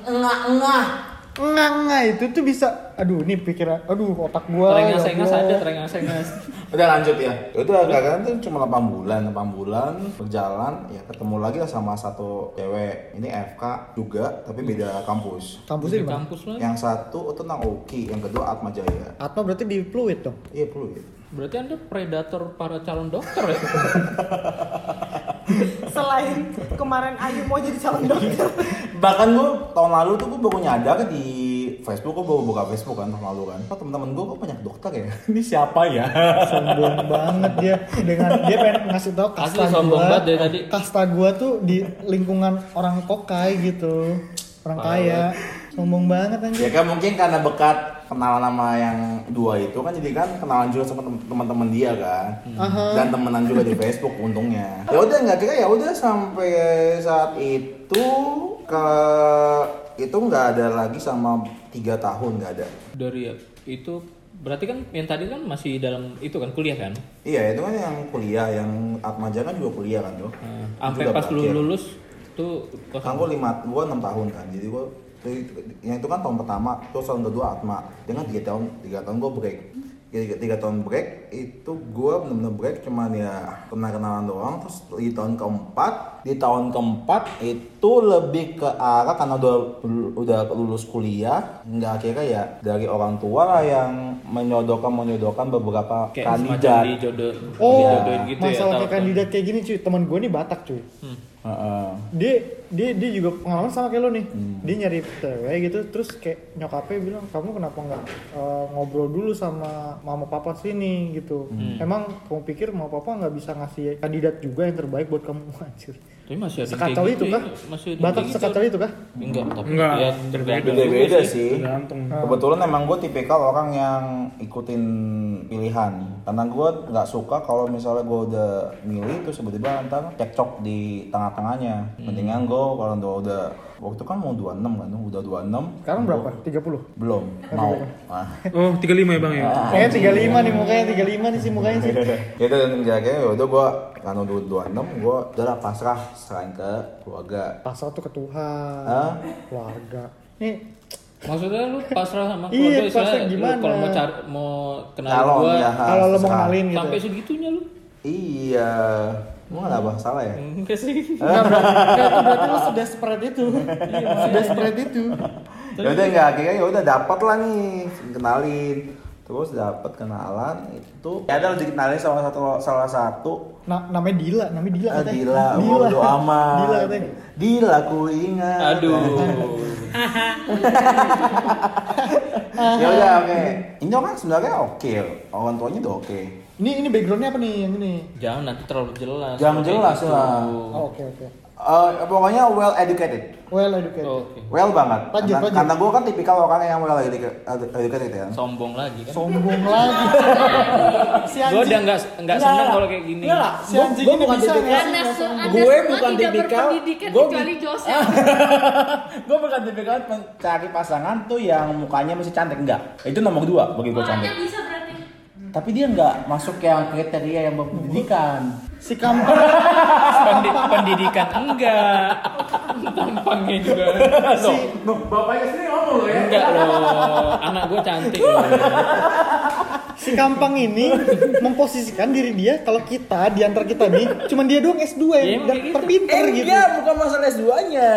S7: Enggak-enggak.
S3: Nganga itu tuh bisa aduh ini pikiran aduh otak gua
S1: Terengah
S3: ya
S1: sengas
S3: Allah.
S1: ada terengah sengas.
S5: Udah lanjut ya. Udah kan tuh cuma 8 bulan, 8 bulan berjalan ya ketemu lagi lah sama satu cewek. Ini FK juga tapi beda kampus.
S3: kampusnya
S1: Di
S3: di mana
S1: kampus lo.
S5: Yang satu itu Oki, yang kedua Atma Jaya.
S3: Atma berarti di fluid dong
S5: Iya perlu ya.
S1: Berarti anda predator para calon dokter ya?
S7: Selain kemarin Ayu mau jadi calon dokter.
S5: Bahkan gue tahun lalu tuh gue baru nyadar di Facebook, gue baru buka Facebook kan tahun lalu kan. Oh teman-teman gue kok banyak dokter ya. *laughs*
S6: Ini siapa ya?
S3: sombong banget dia dengan dia pengen ngasih tau kasta
S1: Asli sombong
S3: gua
S1: banget dari tadi.
S3: kasta gua tuh di lingkungan orang kokai gitu orang kaya sombong banget
S5: ya
S3: anjir
S5: kan mungkin karena bekat kenalan sama yang dua itu kan jadi kan kenalan juga sama tem- teman-teman dia kan. Dan temenan juga di Facebook untungnya. Ya udah nggak kira ya udah sampai saat itu ke itu nggak ada lagi sama tiga tahun nggak ada.
S1: Dari itu berarti kan yang tadi kan masih dalam itu kan kuliah kan?
S5: Iya itu kan yang kuliah, yang Atma Jaya kan juga kuliah kan tuh.
S1: Nah,
S5: Itu
S1: Sampai
S5: udah
S1: pas lu
S5: berakhir.
S1: lulus tuh
S5: kan
S1: kosong.
S5: gue lima gue enam tahun kan jadi gue yang itu kan tahun pertama terus tahun kedua atma dengan tiga tahun tiga tahun gue break tiga, tiga tahun break itu gue bener-bener break cuman ya pernah kenalan doang terus di tahun keempat di tahun keempat itu lebih ke arah karena udah udah lulus kuliah nggak akhirnya ya dari orang tua lah yang menyodokan menyodokan beberapa
S1: Kayak semacam
S5: kandidat
S1: dijodoh,
S3: oh
S1: dijodohin gitu ya.
S3: masalah
S1: tau
S3: kayak
S1: kan?
S3: kandidat kayak gini cuy teman gua nih batak cuy
S5: Heeh.
S3: dia dia dia juga pengalaman sama kayak lo nih
S1: Hmm.
S3: dia nyari cewek gitu terus kayak nyokapnya bilang kamu kenapa nggak eh, ngobrol dulu sama mama papa sini
S1: Hmm.
S3: gitu emang kamu *laughs* pikir mama papa nggak bisa ngasih kandidat juga yang terbaik buat kamu anjir
S1: Tapi masih ada yang
S3: Sekacau
S1: kayak
S3: itu
S1: gitu
S3: kah?
S1: ya, Masih ada yang
S3: Batak
S1: kayak gitu.
S3: sekacau itu kah?
S1: Enggak, tapi
S4: Enggak.
S1: ya tergantung.
S6: Beda-beda sih.
S4: Gantung.
S5: Kebetulan emang gue tipikal orang yang ikutin pilihan Karena gue nggak suka kalau misalnya gue udah milih terus tiba-tiba ntar cekcok di tengah-tengahnya Mendingan gue kalau udah, udah waktu kan mau 26 kan, udah 26
S3: Sekarang berapa? 30?
S5: Belum, mau Ah.
S4: Oh, 35 ya Bang ya?
S3: Kayaknya 35 nih mukanya, 35 nih sih mukanya sih
S5: itu Gitu, dan akhirnya yaudah gue karena udah 26 gue udah lah pasrah selain ke keluarga
S3: Pasal tuh ke Tuhan,
S5: Hah?
S3: keluarga Nih,
S1: Maksudnya lu pasrah sama
S3: Iya,
S1: keluarga
S3: pasrah
S1: istilahnya lu
S3: gimana?
S1: kalau mau cari mau kenal
S5: Calon,
S1: gua
S5: ya.
S3: kalau lo mau
S5: sekarang.
S3: kenalin gitu
S1: sampai segitunya lu.
S5: iya mau nggak apa salah ya
S1: Enggak sih.
S3: Nah, berarti, nah, itu berarti lo sudah spread itu *laughs* Sudah spread itu Iya.
S5: ya udah nggak akhirnya ya udah dapat lah nih kenalin terus dapat kenalan itu ya ada dikenalin sama satu salah satu
S3: nah, namanya Dila, namanya Dila
S5: ah,
S3: katanya
S5: Dila,
S3: *laughs*
S5: bodo amat
S3: Dila katanya
S5: Dila ku ingat
S1: Aduh.
S5: ya udah oke ini orang kan sebenarnya oke orang tuanya udah oke
S3: Ini, ini backgroundnya apa nih yang ini?
S1: Jangan nanti terlalu jelas.
S5: Jangan
S1: Kayak
S5: jelas
S1: gitu.
S5: lah.
S3: Oh, oke oke
S5: Eh, pokoknya well educated
S3: Well educated
S1: Oke.
S5: Well banget.
S3: Lanjut,
S5: karena,
S3: lanjut.
S5: karena gue kan tipikal orang yang well educated educated ya.
S1: Sombong lagi kan.
S3: Sombong lagi Si
S1: Gua udah
S3: anjing Iya,
S1: enggak
S4: Iya,
S1: enggak seneng kalau kayak gini.
S6: Enggak lah,
S3: Si
S6: gua-
S3: anjing
S6: gua
S3: ini
S6: bukan
S3: bisa
S6: tipikal-
S3: nggak
S2: Karena semua
S6: Gue
S2: semua
S6: bukan
S2: tidak
S6: tipikal,
S2: berpendidikan
S6: gue- Ah,
S2: kecuali Joseph.
S6: gue bukan tipikal mencari pasangan tuh yang mukanya masih cantik enggak itu nomor dua bagi gue
S2: Orangnya
S6: cantik
S2: bisa berarti.
S6: tapi dia enggak masuk yang kriteria yang berpendidikan
S3: Si kampung
S1: Pendi- pendidikan enggak. *laughs* Tampangnya juga.
S6: so,
S4: Bapaknya sendiri ngomong loh ya.
S1: Enggak loh. Anak gua cantik loh.
S3: si Kampang ini memposisikan diri dia kalau kita di antar kita nih cuman dia doang S2
S1: Iya, emang
S3: yang dan
S1: kayak gitu.
S3: terpinter
S5: Kan
S6: eh
S3: gitu.
S5: iya.
S6: dia bukan masalah S2 nya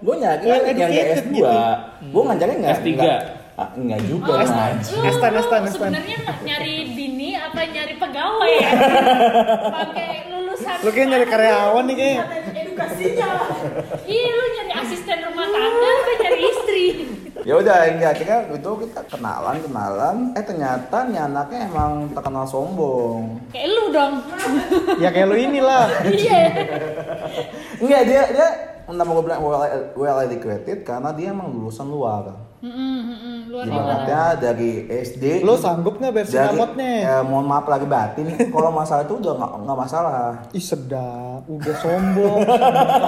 S6: gue nyari
S3: Well
S6: yang nggak
S3: educated
S6: S2
S3: gitu.
S6: gue ngajarnya enggak
S1: S3.
S6: enggak, Ah, enggak juga
S2: Oh,
S6: Mas.
S2: lu-
S3: Nestan,
S2: lu
S3: Nestan, Nestan.
S2: Sebenarnya nyari bini apa nyari
S6: *laughs*
S2: pegawai ya? Pakai lulusan.
S3: Lu kayak nyari karyawan nih kayaknya.
S7: Edukasinya.
S2: Iya, lu nyari asisten rumah tangga apa nyari istri?
S5: Ya udah, hingga akhirnya itu kita kenalan kenalan. Eh ternyata nih anaknya emang terkenal sombong.
S2: Kayak lu dong.
S3: Ya kayak lu inilah.
S2: Iya.
S5: Enggak dia dia
S2: Oh,
S5: kenapa gue bilang well, well educated karena dia emang lulusan luar.
S2: Mm-mm, mm-mm, Luar biasa.
S5: Ibaratnya dari SD.
S3: Lu sanggup nggak bayar
S5: dari,
S3: sinamotnya?
S5: eh, mohon maaf lagi batin. Kalau masalah itu udah nggak nggak masalah.
S3: Ih sedap, udah sombong,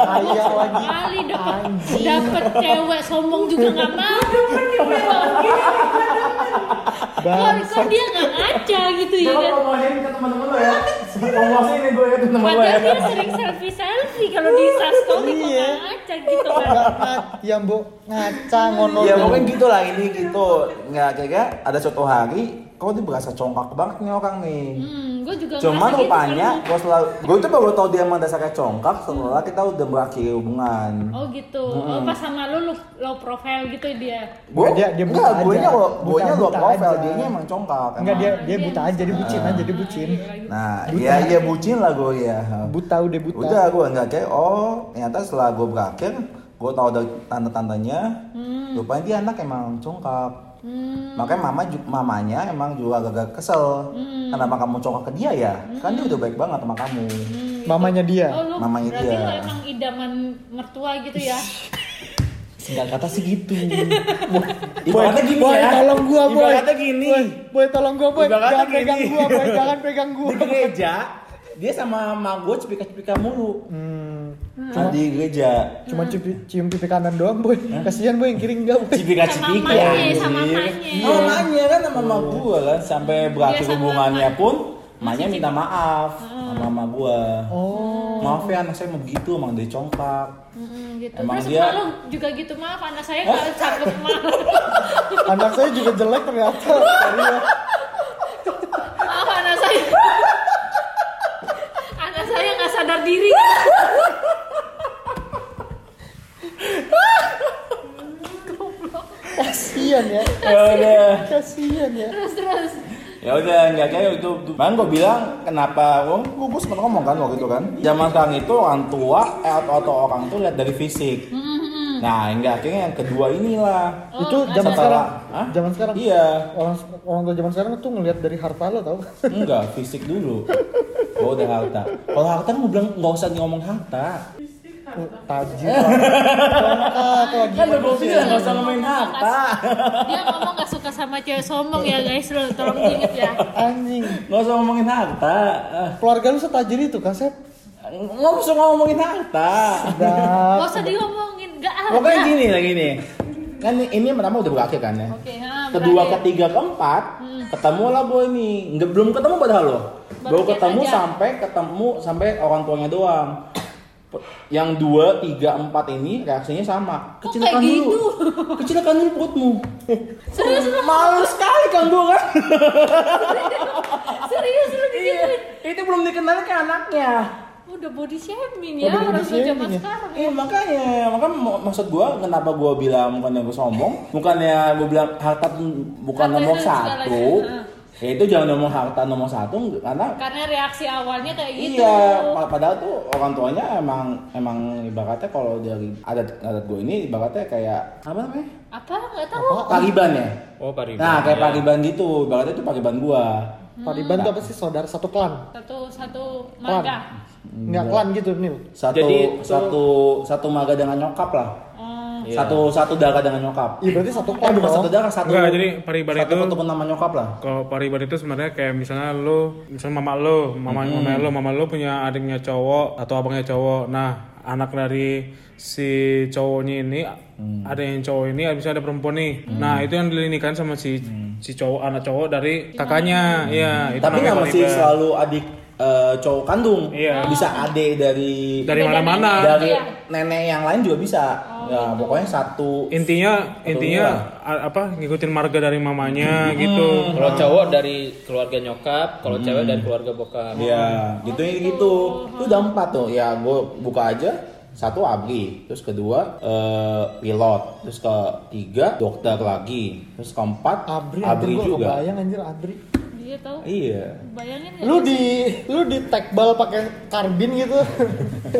S3: kaya lagi.
S2: Kali dapet, dapet cewek sombong juga nggak mau. Kok, kok
S3: Bangsat.
S2: dia nggak ngaca gitu ya kan?
S4: Promosiin ke teman-teman lo ya. Promosiin nih gue ya teman-teman lo ya.
S2: Padahal dia sering selfie selfie kalau di instastory kok
S3: Iya.
S2: nggak ngaca gitu kan?
S3: Nggak ngac- Ya mbok ngaca ngono.
S5: Ya mungkin gitu lah ini gitu. Nggak akhirnya ada suatu hari kok dia berasa congkak banget nih orang nih.
S2: Hmm, gue juga ngerasa
S5: Cuman
S2: gitu
S5: rupanya
S2: kalau-
S5: gue selalu gue tuh baru tau dia emang dasarnya congkak setelah kita udah berakhir hubungan.
S2: Oh gitu. Oh pas sama lu lu low profile gitu dia.
S5: Gue
S3: Nggak, dia- dia buta aja.
S5: gue nya lo gue nya
S3: Buta-
S5: lo
S3: buta
S5: profil
S3: aja.
S5: dia nya emang congkak.
S3: Enggak dia
S5: emang.
S3: dia buta aja, dia bucin aja, dia bucin.
S2: gitu.
S5: Nah, iya iya bucin lah gue ya.
S3: Buta udah buta.
S5: Udah gue nggak kayak oh ternyata setelah gue berakhir gue tau ada tanda-tandanya.
S3: Hmm.
S5: Rupanya dia anak emang congkak. Makanya mama ju- mamanya emang juga agak kesel.
S3: Hmm.
S5: Kenapa kamu congkak ke dia ya? Kan dia udah baik banget sama kamu.
S3: Hmm. Mamanya dia.
S2: Oh lu
S5: Mamanya
S2: berarti
S5: dia.
S2: lu emang idaman mertua gitu ya.
S6: Enggak kata sih gitu
S3: *laughs* Boy,
S6: ibaratnya gini
S3: boy,
S6: ya
S3: tolong gua, boy.
S6: ibaratnya gini
S3: Iya. Boy, boy, tolong gua, boy.
S6: Ibaratnya
S3: Jangan pegang
S6: gini.
S3: gua, boy.
S6: *laughs*
S3: Jangan pegang
S6: di
S3: gua.
S6: gereja dia sama sama gue cepika-cepika mulu
S3: Hmm,
S6: Nah, di gereja
S3: cuma cium, cium pipi kanan doang, boy. Kasihan boy yang kiri enggak, boy.
S6: cipika cipika
S2: Sama emaknya, sama emaknya.
S5: Iya.
S6: Sama emaknya kan sama emak gue kan sampai berakhir
S2: Iya, sama
S6: hubungannya
S2: emak.
S6: pun emaknya minta maaf sama emak gue
S3: Oh.
S6: maaf ya anak saya mau begitu emang dia congkak
S2: Mm-mm, gitu.
S6: Emang
S2: Terus
S6: dia-
S2: emak lu juga gitu maaf anak saya kalau cakep maaf.
S3: Anak saya juga jelek ternyata. Serius.
S2: Maaf anak saya. anak saya nggak sadar diri.
S3: Kasihan ya.
S6: ya udah
S3: Kasihan ya.
S2: Terus terus.
S6: ya udah nggak kayak itu kan gue bilang kenapa gue
S5: Gue gue sempet ngomong kan waktu itu kan.
S6: zaman sekarang itu orang tua eh, atau, atau orang tuh lihat dari fisik
S3: Mm-hmm.
S2: Mm-mm.
S6: nah enggak akhirnya yang kedua inilah
S2: Oh,
S3: itu
S2: nggak
S3: zaman
S6: sadar.
S3: sekarang.
S6: Hah?
S3: Zaman sekarang.
S6: iya
S3: Orang orang tua zaman sekarang tuh ngelihat dari harta lo tau.
S5: kan
S6: Enggak, fisik dulu. Oh, udah harta. Kalau harta mau bilang nggak usah ngomong harta. *laughs*
S3: tajir Wah, tuh lagi
S5: Kan udah gue bilang gak usah ngomongin harta.
S2: Dia ngomong gak suka sama cewek sombong ya guys, lo tolong diinget ya.
S3: anjing
S5: Gak usah ngomongin harta.
S3: keluarga lu setajir itu kasep
S5: Gak usah ngomongin harta.
S3: sedap
S6: Iya.
S2: Gak usah diomongin, ah, gak ada.
S5: Pokoknya gitu. gini lah gini. Kan ini yang pertama udah berakhir kan ya.
S2: Oke, ah, ha,
S5: Kedua,
S2: berakhir.
S5: ketiga, keempat, ketemu lah boy nih. Nggak, belum ketemu padahal lo. Baru
S2: Hmm. Baru chat
S5: ketemu
S2: aja.
S5: sampai ketemu sampai orang tuanya doang. Pe- Yang dua, tiga, empat ini reaksinya sama.
S2: Kok kayak gitu?
S5: dulu. *laughs* Kecilkan dulu perutmu.
S2: Serius lu,
S5: *laughs* Malu sekali kan gue kan.
S2: *laughs* serius lu digituin.
S5: Itu belum dikenalin ke anaknya.
S2: Udah body shaming ya, orang tua zaman sekarang.
S5: Iya makanya, makanya mak- maksud gua kenapa gua bilang bukannya gua sombong, bukannya gua bilang harta tuh bukan
S2: Harta
S5: nomor
S2: itu segala
S5: satu,
S2: jenis,
S5: ya itu jangan nomor harta nomor satu karena
S2: Karena reaksi awalnya kayak gitu.
S5: iya pa- padahal tuh orang tuanya emang emang ibaratnya kalau dari adat adat gua ini ibaratnya kayak apa namanya
S2: Apa? Gak tahu.
S5: pariban ya,
S1: Oh, pariban.
S5: nah kayak
S4: iya.
S5: pariban gitu, ibaratnya itu pariban gua.
S3: Pariban tuh apa sih saudara satu klan
S2: Satu satu
S3: klan
S2: mangga.
S3: nggak klan gitu Nil
S5: Satu
S1: Jadi itu-
S5: satu satu maga dengan nyokap lah,
S2: Oh,
S4: Iya.
S5: satu satu darah dengan nyokap.
S3: iya berarti satu
S5: Eh
S3: klan
S5: bukan
S3: dong.
S5: satu darah, satu
S4: Enggak, jadi pariban
S5: satu
S4: itu-
S5: keturunan sama nyokap lah
S4: Kalau pariban itu sebenarnya kayak misalnya lo, misalnya mama lo, mama mama lo, mama lo punya adiknya cowok atau abangnya cowok. Nah, anak dari si cowoknya ini ada yang cowok ini, bisa ada perempuan nih. Nah, itu yang dilinikan sama si si cowok anak cowok dari kakaknya. Iya, itu
S5: Tapi nggak
S4: namanya
S5: mesti
S4: pariban.
S5: selalu adik eh, cowok kandung
S4: Iya.
S5: Bisa adik dari
S4: dari mana-mana.
S5: dari
S2: Iya.
S5: nenek yang lain juga bisa Ya pokoknya satu
S4: Intinya intinya a- apa ngikutin marga dari mamanya gitu.
S1: Kalau cowok dari keluarga nyokap,
S4: Hmm.
S1: kalau cewek dari keluarga bokap.
S5: Ya gitu gitu Itu udah empat tuh Ya gue buka aja satu abri terus kedua eh, pilot terus ketiga dokter lagi terus keempat
S3: Abri,
S5: abri
S3: abri gua
S5: juga
S3: kebayang anjir Abri.
S2: dia tahu.
S5: iya
S2: Bayangin ya, nggak
S3: Lu di lu di tekbal pakai karbin gitu. *laughs*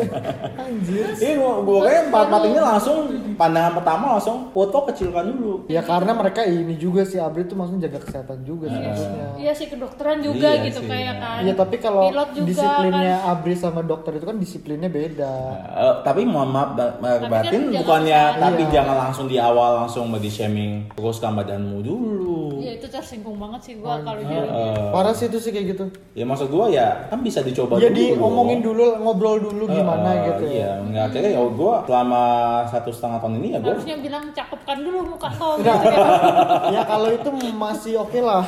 S3: anjir.
S5: Iya, gua, gua kayak empat empat ini langsung pandangan pertama langsung foto kecilkan dulu.
S3: Ya karena mereka ini juga sih Abri tuh maksudnya jaga kesehatan juga sih maksudnya.
S2: Iya sih kedokteran juga
S5: Iya
S2: gitu
S5: sih.
S2: kayak kan.
S3: Iya tapi kalau
S2: Pilot juga
S3: disiplinnya
S2: kan.
S3: Abri sama dokter itu kan disiplinnya beda.
S5: Eh, tapi mohon maaf ba- ba-
S2: Tapi
S5: batin
S2: kan jangan
S5: bukannya
S2: salah.
S5: tapi
S3: Iya.
S5: jangan langsung di awal langsung body shaming teruskan badanmu dulu.
S2: Iya itu tersinggung banget sih gua kalau gitu. dia.
S5: Eh,
S3: Parah sih itu sih kayak gitu.
S5: ya maksud gua ya kan bisa dicoba
S3: Ya
S5: dulu.
S3: diomongin dulu, ngobrol dulu
S5: Eh,
S3: gimana
S5: eh,
S3: gitu.
S5: Iya, nggak akhirnya ya gua selama satu setengah tahun ini ya gua
S2: Harusnya bilang cakepkan dulu muka kau.
S3: Nah,
S2: gitu kan.
S3: ya kalau itu masih oke
S2: *laughs*
S3: lah.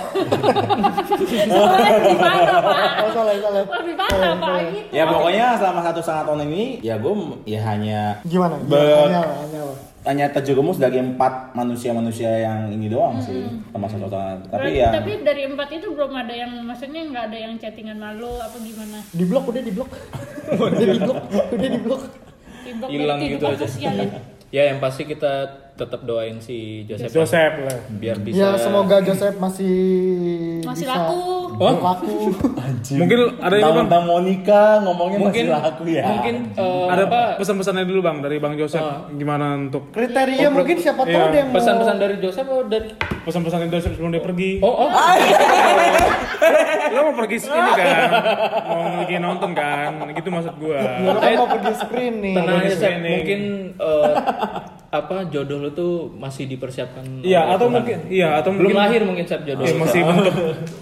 S2: Soalnya gimana ya. pak?
S3: Oh, salah, salah.
S2: Lebih parah pak gitu.
S6: Iya,
S5: ya pokoknya selama satu setengah tahun ini ya gua m- ya hanya
S3: Gimana?
S5: Be-
S3: Tanya lah, tanya lah.
S5: hanya terjerumus dari empat manusia-manusia yang ini doang sih termasuk satu setengah. Tapi
S2: Hmm. Berarti-
S5: ya
S2: tapi dari empat itu belum ada yang maksudnya nggak ada yang chattingan malu apa gimana?
S3: Di blok udah di blok. udah di blok, udah di blok.
S2: Diblok dari
S1: Hilang gitu
S2: kehidupan
S1: aja.
S2: sosial
S3: *laughs*
S2: ya.
S1: Ya yang pasti kita tetap doain si Joseph,
S4: Joseph lah.
S1: biar bisa.
S3: Ya semoga Joseph masih
S2: Masih
S3: bisa
S2: laku.
S3: laku. *laughs*
S4: Mungkin ada ini Bang.
S5: tentang Monica ngomongnya
S1: Mungkin-
S5: masih laku ya.
S1: Mungkin eh,
S4: Iya. Ada
S1: apa,
S4: pesan-pesannya dulu Bang dari Bang Joseph gimana untuk
S3: Kriteria mungkin siapa tahu
S4: Iya.
S3: dia mau
S1: pesan-pesan dari Joseph atau dari
S4: pesan-pesan Joseph sebelum dia pergi?
S5: *laughs*
S1: Oh, oh.
S4: lo mau pergi ini kan mau pergi nonton kan gitu maksud gua
S3: Ya, lo kan mau pergi screening.
S1: Tenang aja, Sep.
S4: screening.
S1: Mungkin *laughs* eh, apa jodoh lu tuh masih dipersiapkan.
S4: iya
S1: oleh
S4: atau
S1: Tuhan.
S4: mungkin iya atau
S1: belum Iya,
S4: mungkin
S1: lahir mungkin Sep jodoh.
S4: ya,
S1: lu.
S4: masih bentuk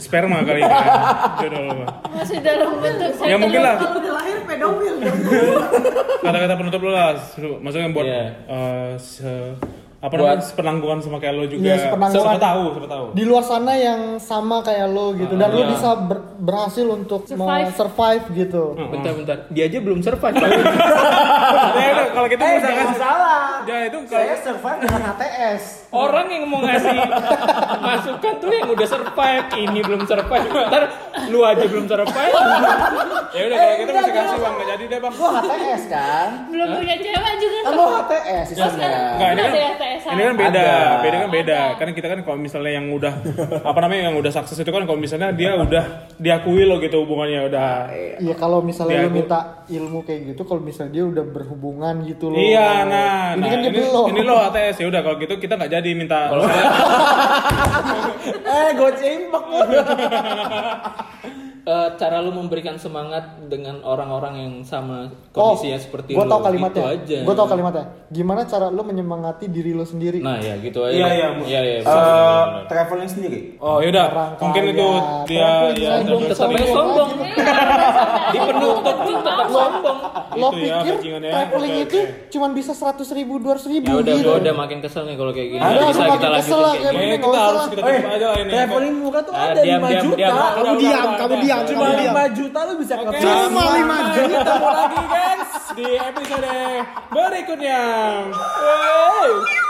S4: sperma kali kan jodoh lo
S2: Masih dalam bentuk saya.
S4: ya mungkin lah
S7: Kalau udah lahir pedofil dong.
S4: kata-kata penutup lo lah maksudnya buat
S1: Iya.
S4: eh, se- apa
S1: Buat-
S4: namanya sepenanggungan sama kayak lo juga
S3: Iya, sepenanggungan.
S4: siapa tahu siapa
S5: *laughs*
S4: tahu
S3: di luar sana yang sama kayak lo gitu dan lo
S1: Iya.
S3: bisa ber- berhasil untuk mau
S2: Survive.
S3: survive gitu.
S1: Bentar, bentar. Dia aja belum survive. Pak. *laughs*
S4: ya udah kalau gitu
S5: Eh,
S4: bisa
S5: jangan
S4: kasih
S5: salah.
S4: ya itu kalau
S5: Saya survive dengan HTS.
S1: Orang yang mau ngasih *laughs* masukan tuh yang udah survive, ini belum survive. Ntar lu aja belum survive.
S4: ya udah kalau
S5: Eh,
S4: gitu bisa kasih bang nggak jadi deh bang
S5: Gua HTS kan?
S2: Belum punya cewek juga.
S3: Ah,
S5: Kan lu HTS
S3: Iya.
S4: Enggak,
S5: sistemnya.
S4: ini kan,
S2: Ada ya, TSA?
S4: ini kan beda,
S5: Ada.
S4: beda kan beda. Kan kita kan kalau misalnya yang
S3: *laughs*
S4: udah apa namanya yang udah sukses itu kan kalau misalnya dia udah diakui loh gitu hubungannya udah.
S3: Iya kalau misalnya
S4: Dia
S3: lo
S4: aku-
S3: minta ilmu kayak gitu kalau misalnya dia udah berhubungan gitu lo.
S4: Iya, nah,
S3: ini
S4: nah,
S3: kan dia
S4: ini,
S3: belum.
S4: ini lo ATS ya udah kalau gitu kita nggak jadi minta.
S5: Eh, gua cimpak lu.
S1: eh, cara lu memberikan semangat dengan orang-orang yang sama
S4: Oh,
S1: kondisinya seperti
S3: gue
S1: lu,
S3: tau Oh,
S1: gitu
S3: kalimatnya
S1: aja.
S3: gue tau kalimatnya gimana cara lo menyemangati diri lo sendiri
S1: Nah ya gitu aja.
S4: Iya, iya, Bu.
S1: Iya iya.
S6: Eh, traveling sendiri.
S4: Oh yaudah,
S3: Orang
S4: mungkin
S3: kaya,
S4: itu dia
S3: tapi
S4: ya.
S3: sombong
S4: dia-
S1: Tetap aja
S3: Sombong
S1: sombong.
S3: *laughs* lagi.
S1: Di penutup tuh tetap sombong.
S3: lo
S4: Gitu ya,
S3: pikir
S4: bajingannya.
S3: traveling
S4: Oke,
S3: itu
S4: oke.
S3: cuman bisa seratus ribu dua ratus
S1: Ya udah
S3: ribu gitu
S1: gua udah makin kesel nih kalau kayak gini.
S3: Aduh,
S1: bisa kita
S3: aku makin
S1: lanjutin
S3: kesel lah,
S1: kayak gitu. gini.
S3: kayak
S4: Kayaknya
S3: Nggak
S4: kita
S3: usah
S4: harus
S3: lah.
S4: kita
S6: Eh,
S4: tutup aja lah ini.
S6: traveling murah tuh
S1: Ah,
S6: ada
S1: diam,
S6: 5
S1: diam,
S6: juta.
S1: diam.
S3: kamu diam kamu diam
S6: Cuma
S3: kamu diam
S6: 5 juta lu bisa ke
S3: cuma lima juta
S4: Ketemu lagi guys di episode berikutnya. Yeay.